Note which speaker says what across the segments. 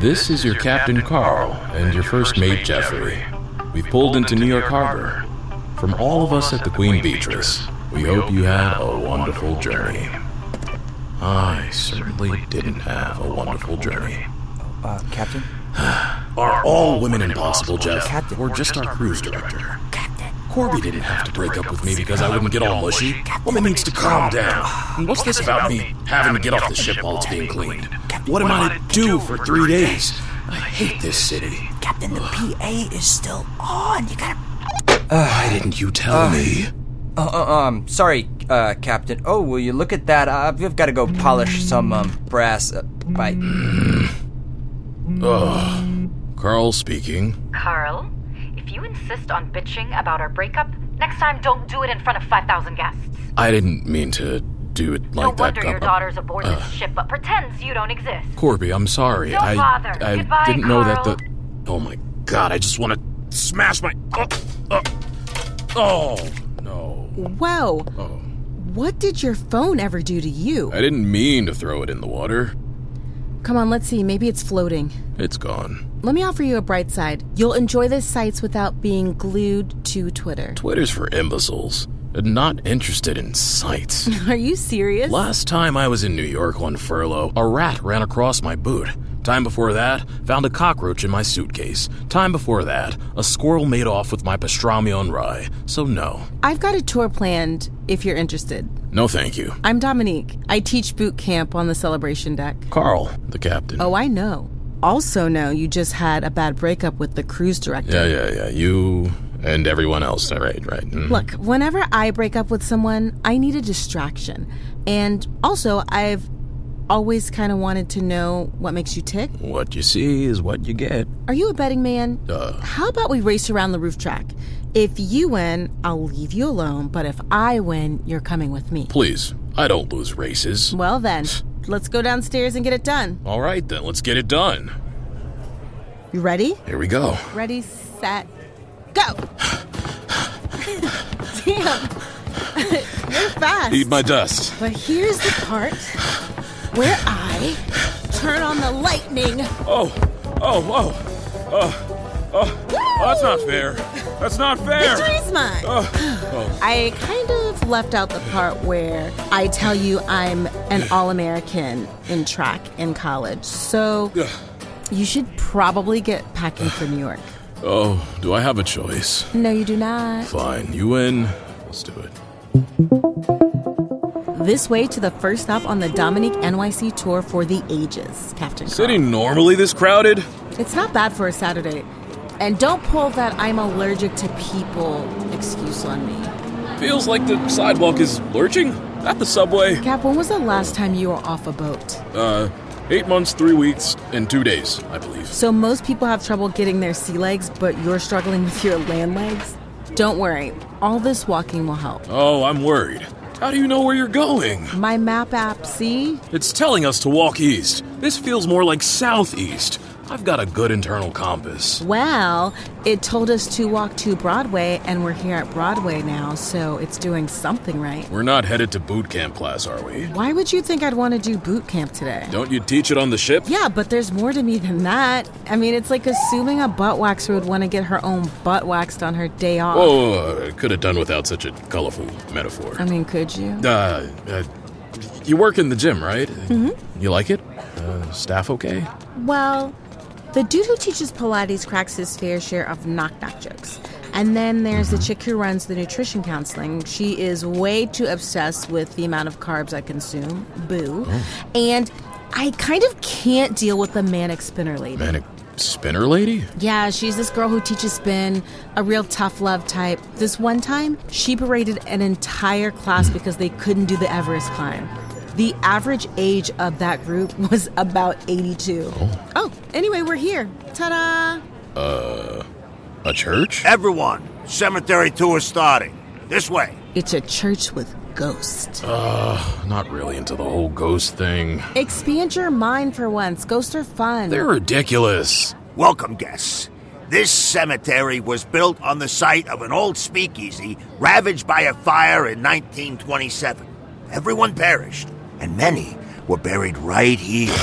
Speaker 1: This is your Captain Carl and your first mate Jeffrey. We've pulled into New York Harbor. From all of us at the Queen Beatrice, we hope you had a wonderful journey. I certainly didn't have a wonderful journey.
Speaker 2: Uh, Captain?
Speaker 1: Are all women impossible, Jeff?
Speaker 2: Captain.
Speaker 1: Or just our cruise director? Corby didn't have to break up with me because I wouldn't get all mushy. Woman needs to calm down. And What's this about me having to get off the ship while it's being cleaned? What am I to do for three days? I hate this city.
Speaker 3: Captain, the PA is still on. You gotta.
Speaker 1: Why didn't you tell me?
Speaker 2: Uh, uh, um, sorry, uh, Captain. Oh, will you look at that? Uh, I've got to go polish some, um, brass. Uh, bye.
Speaker 1: Carl speaking.
Speaker 4: Carl, if you insist on bitching about our breakup, next time don't do it in front of 5,000 guests.
Speaker 1: I didn't mean to do it like that.
Speaker 4: No
Speaker 1: Uh.
Speaker 4: wonder your
Speaker 1: Gump-
Speaker 4: daughter's aboard this ship, but pretends you don't exist.
Speaker 1: Corby, I'm sorry.
Speaker 4: Don't
Speaker 1: I
Speaker 4: bother.
Speaker 1: I
Speaker 4: Goodbye,
Speaker 1: didn't know that
Speaker 4: Carl.
Speaker 1: the Oh my god, I just want to smash my Oh, oh. oh no.
Speaker 5: Whoa.
Speaker 1: Oh.
Speaker 5: What did your phone ever do to you?
Speaker 1: I didn't mean to throw it in the water.
Speaker 5: Come on, let's see. Maybe it's floating.
Speaker 1: It's gone.
Speaker 5: Let me offer you a bright side. You'll enjoy the sights without being glued to Twitter.
Speaker 1: Twitter's for imbeciles. and Not interested in sights.
Speaker 5: Are you serious?
Speaker 1: Last time I was in New York on furlough, a rat ran across my boot. Time before that, found a cockroach in my suitcase. Time before that, a squirrel made off with my pastrami on rye. So no.
Speaker 5: I've got a tour planned if you're interested.
Speaker 1: No thank you.
Speaker 5: I'm Dominique. I teach boot camp on the celebration deck.
Speaker 1: Carl, the captain.
Speaker 5: Oh, I know. Also, know you just had a bad breakup with the cruise director.
Speaker 1: Yeah, yeah, yeah. You and everyone else. All right, right. Mm.
Speaker 5: Look, whenever I break up with someone, I need a distraction. And also, I've always kind of wanted to know what makes you tick.
Speaker 1: What you see is what you get.
Speaker 5: Are you a betting man?
Speaker 1: Uh.
Speaker 5: How about we race around the roof track? If you win, I'll leave you alone, but if I win, you're coming with me.
Speaker 1: Please, I don't lose races.
Speaker 5: Well, then, let's go downstairs and get it done.
Speaker 1: All right, then, let's get it done.
Speaker 5: You ready?
Speaker 1: Here we go.
Speaker 5: Ready, set, go! Damn! you're fast.
Speaker 1: Eat my dust.
Speaker 5: But here's the part where I turn on the lightning.
Speaker 1: Oh, oh, oh, oh, oh. That's not fair. That's not fair.
Speaker 5: Victory's mine. I kind of left out the part where I tell you I'm an All American in track in college. So you should probably get packing for New York.
Speaker 1: Oh, do I have a choice?
Speaker 5: No, you do not.
Speaker 1: Fine, you win. Let's do it.
Speaker 5: This way to the first stop on the Dominique NYC tour for the ages, Captain. Carl.
Speaker 1: City normally this crowded?
Speaker 5: It's not bad for a Saturday. And don't pull that I'm allergic to people excuse on me.
Speaker 1: Feels like the sidewalk is lurching. At the subway.
Speaker 5: Cap, when was the last time you were off a boat?
Speaker 1: Uh, eight months, three weeks, and two days, I believe.
Speaker 5: So most people have trouble getting their sea legs, but you're struggling with your land legs? Don't worry, all this walking will help.
Speaker 1: Oh, I'm worried. How do you know where you're going?
Speaker 5: My map app, see?
Speaker 1: It's telling us to walk east. This feels more like southeast. I've got a good internal compass.
Speaker 5: Well, it told us to walk to Broadway, and we're here at Broadway now, so it's doing something right.
Speaker 1: We're not headed to boot camp class, are we?
Speaker 5: Why would you think I'd want to do boot camp today?
Speaker 1: Don't you teach it on the ship?
Speaker 5: Yeah, but there's more to me than that. I mean, it's like assuming a butt waxer would want to get her own butt waxed on her day off.
Speaker 1: Oh, I could have done without such a colorful metaphor.
Speaker 5: I mean, could you?
Speaker 1: Uh, uh, you work in the gym, right? Mm-hmm. You like it? Uh, staff okay?
Speaker 5: Well, the dude who teaches Pilates cracks his fair share of knock knock jokes. And then there's the chick who runs the nutrition counseling. She is way too obsessed with the amount of carbs I consume. Boo. And I kind of can't deal with the manic spinner lady.
Speaker 1: Manic spinner lady?
Speaker 5: Yeah, she's this girl who teaches spin, a real tough love type. This one time, she berated an entire class because they couldn't do the Everest climb. The average age of that group was about 82. Oh, anyway, we're here. Ta da!
Speaker 1: A church?
Speaker 6: Everyone, cemetery tour starting. This way.
Speaker 5: It's a church with ghosts.
Speaker 1: Not really into the whole ghost thing.
Speaker 5: Expand your mind for once. Ghosts are fun.
Speaker 1: They're ridiculous.
Speaker 6: Welcome, guests. This cemetery was built on the site of an old speakeasy ravaged by a fire in 1927. Everyone perished, and many were buried right here.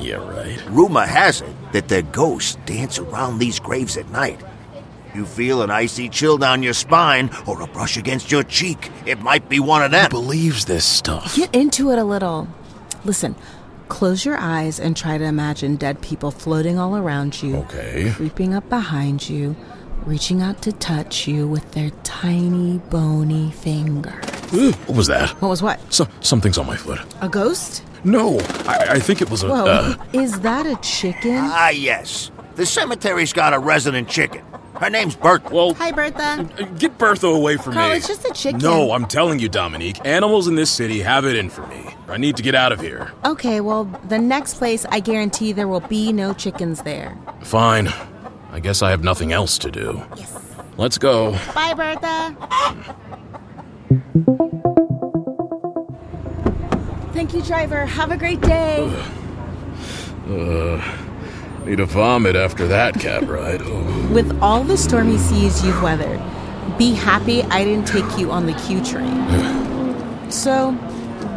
Speaker 1: Yeah, right.
Speaker 6: Rumor has it that their ghosts dance around these graves at night. You feel an icy chill down your spine or a brush against your cheek. It might be one of them.
Speaker 1: Believes this stuff.
Speaker 5: Get into it a little. Listen, close your eyes and try to imagine dead people floating all around
Speaker 1: Oh.
Speaker 5: you,
Speaker 1: Okay.
Speaker 5: creeping up behind you, reaching out to touch you with their tiny, bony finger.
Speaker 1: Ugh, What was that?
Speaker 5: What was what?
Speaker 1: So, something's on my foot.
Speaker 5: A ghost?
Speaker 1: No, I, I think it was a.
Speaker 5: Whoa.
Speaker 1: Uh,
Speaker 5: Is that a chicken?
Speaker 6: Ah, yes. The cemetery's got a resident chicken. Her name's Bertha.
Speaker 1: well,
Speaker 5: Hi, Bertha.
Speaker 1: uh, get Bertha away from
Speaker 5: Carl,
Speaker 1: me.
Speaker 5: it's just a chicken.
Speaker 1: No, I'm telling you, Dominique, animals in this city have it in for me. I need to get out of here.
Speaker 5: Okay, well, the next place, I guarantee there will be no chickens there.
Speaker 1: Fine. I guess I have nothing else to do. Yes. Let's go.
Speaker 5: Bye, Bertha. Thank you, driver. Have a great day.
Speaker 1: Need a vomit after that cab ride. Oh.
Speaker 5: With all the stormy seas you've weathered, be happy I didn't take you on the Q train. so,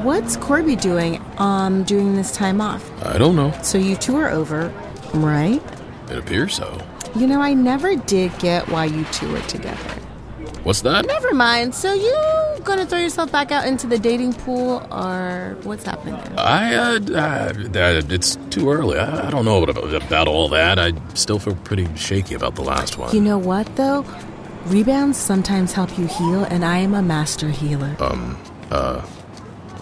Speaker 5: what's Corby doing um during this time off?
Speaker 1: I don't know.
Speaker 5: So you two are over, right?
Speaker 1: It appears so.
Speaker 5: You know, I never did get why you two were together.
Speaker 1: What's that?
Speaker 5: Never mind. So you gonna throw yourself back out into the dating pool, or what's happening? There?
Speaker 1: I, uh, uh, it's too early. I, I don't know about, about all that. I still feel pretty shaky about the last one.
Speaker 5: You know what though? Rebounds sometimes help you heal, and I am a master healer.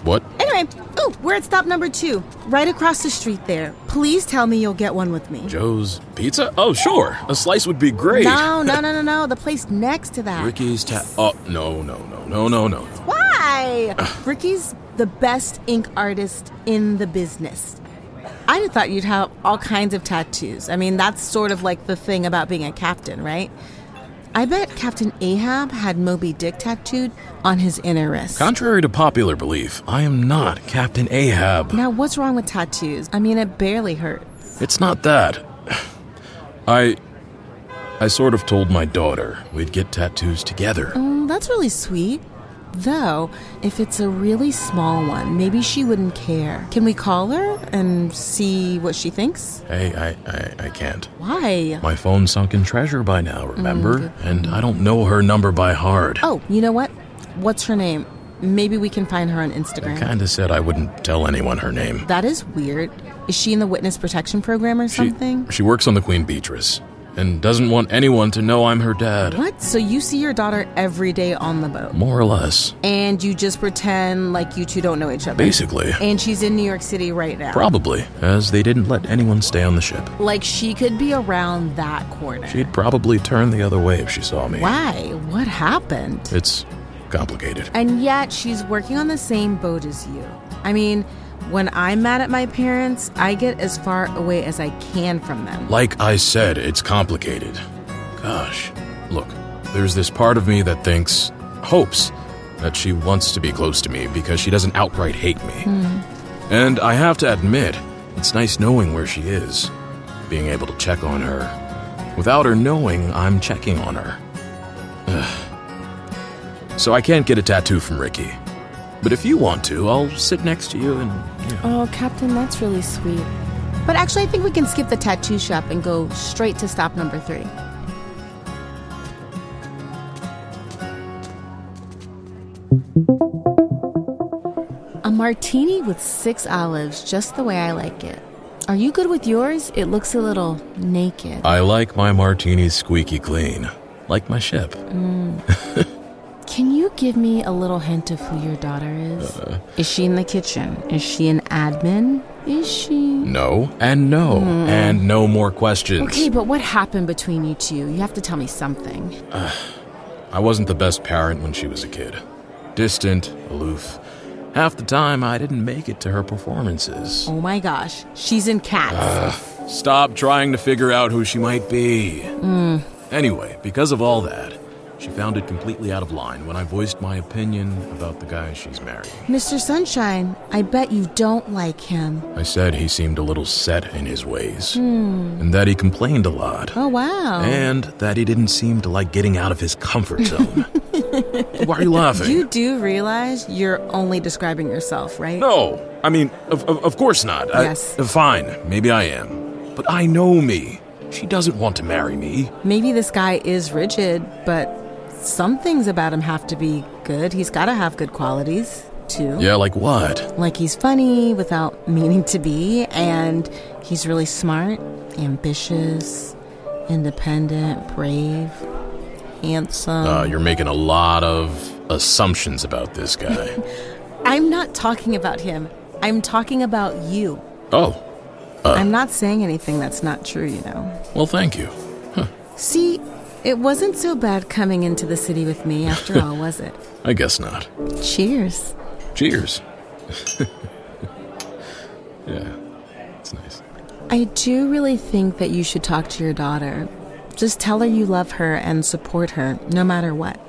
Speaker 1: what?
Speaker 5: Anyway, ooh, we're at stop number two, right across the street there. Please tell me you'll get one with me.
Speaker 1: Joe's Pizza? Oh, sure. A slice would be great.
Speaker 5: No, no, no, no, no. The place next to that.
Speaker 1: Ricky's ta- Oh, no, no, no, no, no, no. no.
Speaker 5: Why? Ricky's the best ink artist in the business. I'd have thought you'd have all kinds of tattoos. I mean, that's sort of like the thing about being a captain, right? I bet Captain Ahab had Moby Dick tattooed on his inner wrist.
Speaker 1: Contrary to popular belief, I am not Captain Ahab.
Speaker 5: now, what's wrong with tattoos? I mean, it barely hurts.
Speaker 1: It's not that. I. I sort of told my daughter we'd get tattoos together.
Speaker 5: Mm, that's really sweet. Though, if it's a really small one, maybe she wouldn't care. Can we call her and see what she thinks?
Speaker 1: Hey, I, I, I can't.
Speaker 5: Why?
Speaker 1: My phone's sunk in treasure by now, remember? And I don't know her number by heart.
Speaker 5: Mm-hmm. Oh, you know what? What's her name? Maybe we can find her on Instagram.
Speaker 1: Kinda said I wouldn't tell anyone her name.
Speaker 5: That is weird. Is she in the witness protection program or
Speaker 1: She,
Speaker 5: something?
Speaker 1: she works on the Queen Beatrice and doesn't want anyone to know I'm her dad.
Speaker 5: what? So you see your daughter every day on the boat,
Speaker 1: More or less.
Speaker 5: and you just pretend like you two don't know each other.
Speaker 1: Basically.
Speaker 5: And she's in New York City right now.
Speaker 1: Probably, as they didn't let anyone stay on the ship.
Speaker 5: like she could be around that corner.
Speaker 1: She'd probably turn the other way if she saw me.
Speaker 5: Why? What happened?
Speaker 1: It's complicated.
Speaker 5: And yet she's working on the same boat as you. I mean, when I'm mad at my parents, I get as far away as I can from them.
Speaker 1: Like I said, it's complicated. Gosh. Look, there's this part of me that thinks, hopes, that she wants to be close to me because she doesn't outright hate me. And I have to admit, it's nice knowing where she is, being able to check on her. Without her knowing, I'm checking on her. Ugh. So I can't get a tattoo from Ricky. But if you want to, I'll sit next to you and. you know.
Speaker 5: Oh, Captain, that's really sweet. But actually, I think we can skip the tattoo shop and go straight to stop number three. A martini with six olives, just the way I like it. Are you good with yours? It looks a little naked.
Speaker 1: I like my martinis squeaky clean, like my ship.
Speaker 5: Can you give me a little hint of who your daughter is? is she in the kitchen? Is she an admin? Is she?
Speaker 1: No, and no, and no more questions.
Speaker 5: Hmm. Okay, but what happened between you two? You have to tell me something.
Speaker 1: I wasn't the best parent when she was a kid. Distant, aloof. Half the time, I didn't make it to her performances.
Speaker 5: Oh my gosh, she's in cats.
Speaker 1: Stop trying to figure out who she might be.
Speaker 5: Hmm.
Speaker 1: Anyway, because of all that, she found it completely out of line when I voiced my opinion about the guy she's marrying.
Speaker 5: Mr. Sunshine, I bet you don't like him.
Speaker 1: I said he seemed a little set in his ways, and that he complained a lot,
Speaker 5: Hmm. Oh wow.
Speaker 1: and that he didn't seem to like getting out of his comfort zone. Why are you laughing?
Speaker 5: you do realize you're only describing yourself, right?
Speaker 1: No, I mean, of, of, of course not. I-
Speaker 5: Yes.
Speaker 1: uh, fine, maybe I am. But I know me. She doesn't want to marry me.
Speaker 5: Maybe this guy is rigid, but some things about him have to be good. He's got to have good qualities, too.
Speaker 1: Yeah, like what?
Speaker 5: Like he's funny without meaning to be, and he's really smart, ambitious, independent, brave, handsome.
Speaker 1: Uh, you're making a lot of assumptions about this guy.
Speaker 5: I'm not talking about him. I'm talking about you.
Speaker 1: oh,
Speaker 5: I'm not saying anything that's not true, you know.
Speaker 1: well, thank you.
Speaker 5: See, it wasn't so bad coming into the city with me after all, was it?
Speaker 1: I guess not.
Speaker 5: Cheers.
Speaker 1: Cheers. yeah, it's nice.
Speaker 5: I do really think that you should talk to your daughter. Just tell her you love her and support her, no matter what.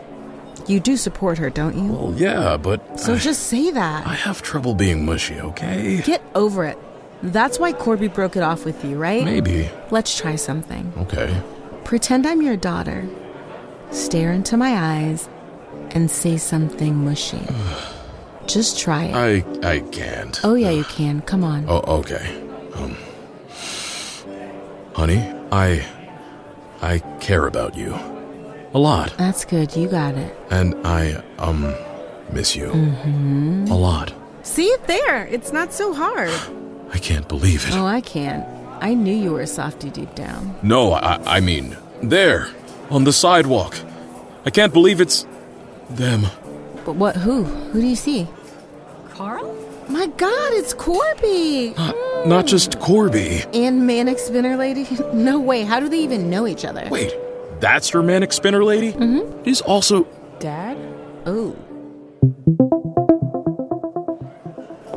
Speaker 5: You do support her, don't you?
Speaker 1: Well, yeah, but
Speaker 5: So
Speaker 1: I,
Speaker 5: just say
Speaker 1: I
Speaker 5: that.
Speaker 1: have trouble being mushy, okay?
Speaker 5: Get over it. That's why Corby broke it off with you, right?
Speaker 1: Maybe.
Speaker 5: Let's try something.
Speaker 1: Okay.
Speaker 5: Pretend I'm your daughter. Stare into my eyes and say something mushy. Just try it.
Speaker 1: I I can't.
Speaker 5: oh, yeah, you can. Come on.
Speaker 1: Oh, okay. Um, honey, I, I care about you, a lot,
Speaker 5: That's good. You got it.
Speaker 1: and I um, miss you,
Speaker 5: Mm-hmm.
Speaker 1: a lot.
Speaker 5: See it there. It's not so hard.
Speaker 1: I can't believe it.
Speaker 5: Oh, I can't. I knew you were a softy deep down.
Speaker 1: No, I, I mean there, on the sidewalk. I can't believe it's them.
Speaker 5: But what? Who? Who do you see?
Speaker 4: Carl?
Speaker 5: My God, it's Corby
Speaker 1: Not, not just Corby.
Speaker 5: and Manic Spinner Lady. no way. How do they even know each other?
Speaker 1: Wait, that's your manic spinner lady. Mm-hmm. He's also
Speaker 5: Dad? Oh.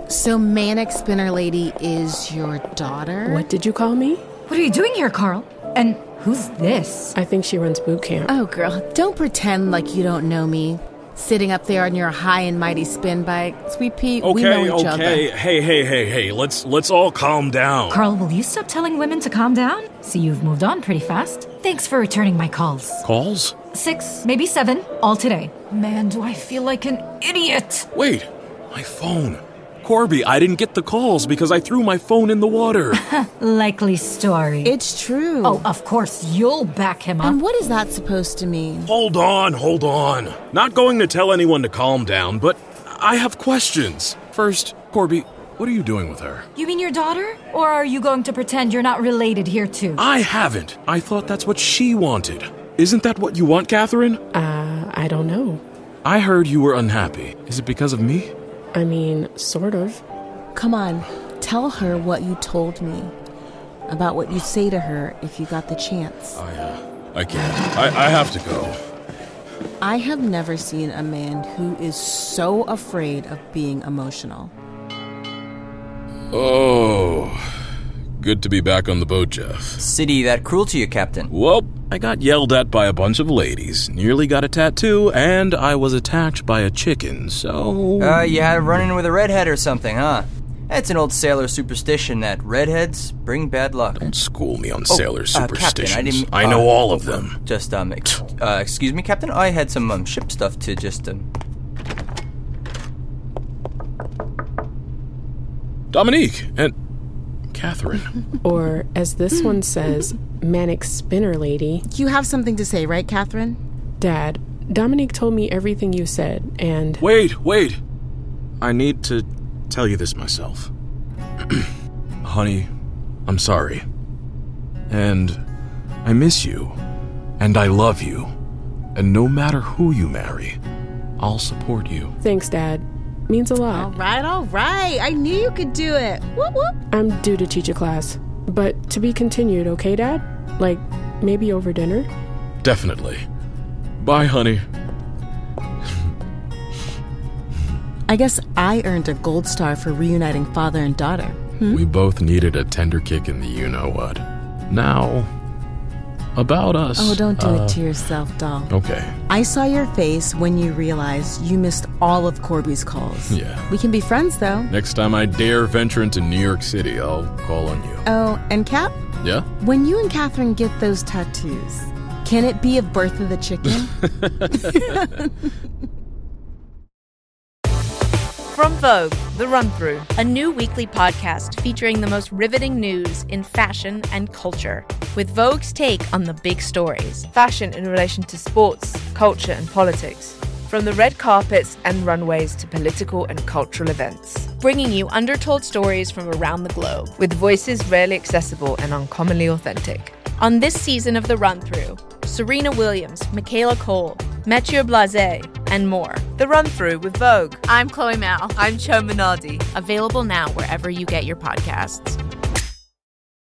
Speaker 5: So Manic Spinner Lady is your daughter?
Speaker 7: What did you call me?
Speaker 4: Er? What are you doing here, Carl? And who's this?
Speaker 7: I think she runs boot camp.
Speaker 5: Oh, girl, don't pretend like you don't know me. Sitting up there on your high and mighty spin bike, Sweet Pea, we know each other.
Speaker 1: Hey, hey, hey, hey. Let's let's all calm down.
Speaker 4: Carl, will you stop telling women to calm down? See, you've moved on pretty fast. Thanks for returning my calls.
Speaker 1: Calls?
Speaker 4: Six, maybe seven, all today. Man, do I feel like an idiot!
Speaker 1: Wait, my phone. Corby, I didn't get the calls because I threw my phone in the water.
Speaker 4: Likely story.
Speaker 5: It's true.
Speaker 4: oh, of course, you'll back him
Speaker 8: uh-huh.
Speaker 4: up.
Speaker 5: and what is that supposed to mean?
Speaker 1: hold on, hold on. Not going to tell anyone to calm down, but I have questions. First, Corby, what are you doing with her?
Speaker 4: you mean your daughter? Or are you going to pretend you're not related here, too?
Speaker 1: I haven't. I thought that's what she wanted. Isn't that what you want, Catherine?
Speaker 7: Uh, I don't know.
Speaker 1: I heard you were unhappy. Is it because of me?
Speaker 7: I mean, sort of.
Speaker 5: Come on, tell her what you told me about what you say to her if you got the chance.
Speaker 1: I, uh, I can't. I, I have to go.
Speaker 5: I have never seen a man who is so afraid of being emotional.
Speaker 1: Oh, good to be back on the boat, Jeff.
Speaker 2: City that cruel to you, Captain.
Speaker 1: Well, I got yelled at by a bunch of ladies, nearly got a tattoo, and I was attacked by a chicken, so.
Speaker 2: Uh, you had a run in with a redhead or something, huh? That's an old sailor superstition that redheads bring bad luck.
Speaker 1: Don't school me on
Speaker 2: Oh,
Speaker 1: sailor
Speaker 2: uh,
Speaker 1: superstitions.
Speaker 2: Captain, I didn't-
Speaker 1: I know
Speaker 2: uh,
Speaker 1: all of them.
Speaker 2: Just, um, ex- uh, excuse me, Captain? I had some, um, ship stuff to just, um,
Speaker 1: Dominique and. Catherine.
Speaker 7: Or, as this
Speaker 4: Hmm.
Speaker 7: one says, manic spinner lady.
Speaker 5: You have something to say, right, Catherine?
Speaker 7: Dad, Dominique told me everything you said, and
Speaker 1: wait, wait! I need to tell you this myself. Honey, I'm sorry. And I miss you. And I love you. And no matter who you marry, I'll support you.
Speaker 7: Thanks, Dad. Means a
Speaker 5: All
Speaker 7: lot.
Speaker 5: right, all right. I knew you could do it. Whoop whoop.
Speaker 4: Oh.
Speaker 7: I'm due to teach a class. But to be continued, okay, Dad? Like, maybe over dinner?
Speaker 1: Definitely. Bye, honey.
Speaker 5: I guess I earned a gold star for reuniting father and daughter.
Speaker 1: We both needed a tender kick in the you know what. Now, about us.
Speaker 5: Oh, don't do
Speaker 1: uh,
Speaker 5: it to yourself, doll.
Speaker 1: Okay.
Speaker 5: I saw your face when you realized you missed all of Corby's calls.
Speaker 1: Yeah.
Speaker 5: We can be friends, though.
Speaker 1: Next time I dare venture into New York City, I'll call on you.
Speaker 5: Oh, and Cap,
Speaker 1: Yeah?
Speaker 5: when you and Catherine get those tattoos, can it be of Birth of the Chicken?
Speaker 8: From Vogue, The Run Through, a new weekly podcast featuring the most riveting news in fashion and culture, with Vogue's take on the big stories.
Speaker 9: fashion in relation to sports, culture, and politics, from the red carpets and runways to political and cultural events,
Speaker 8: bringing you undertold stories from around the globe.
Speaker 9: with voices rarely accessible and uncommonly authentic.
Speaker 8: On this season of The Run Through, Serena Williams, Michaela Cole, Mathieu Blase, and more.
Speaker 9: The Run Through with Vogue.
Speaker 8: I'm Chloe Mao.
Speaker 9: I'm Cho Minardi.
Speaker 8: Available now wherever you get your podcasts.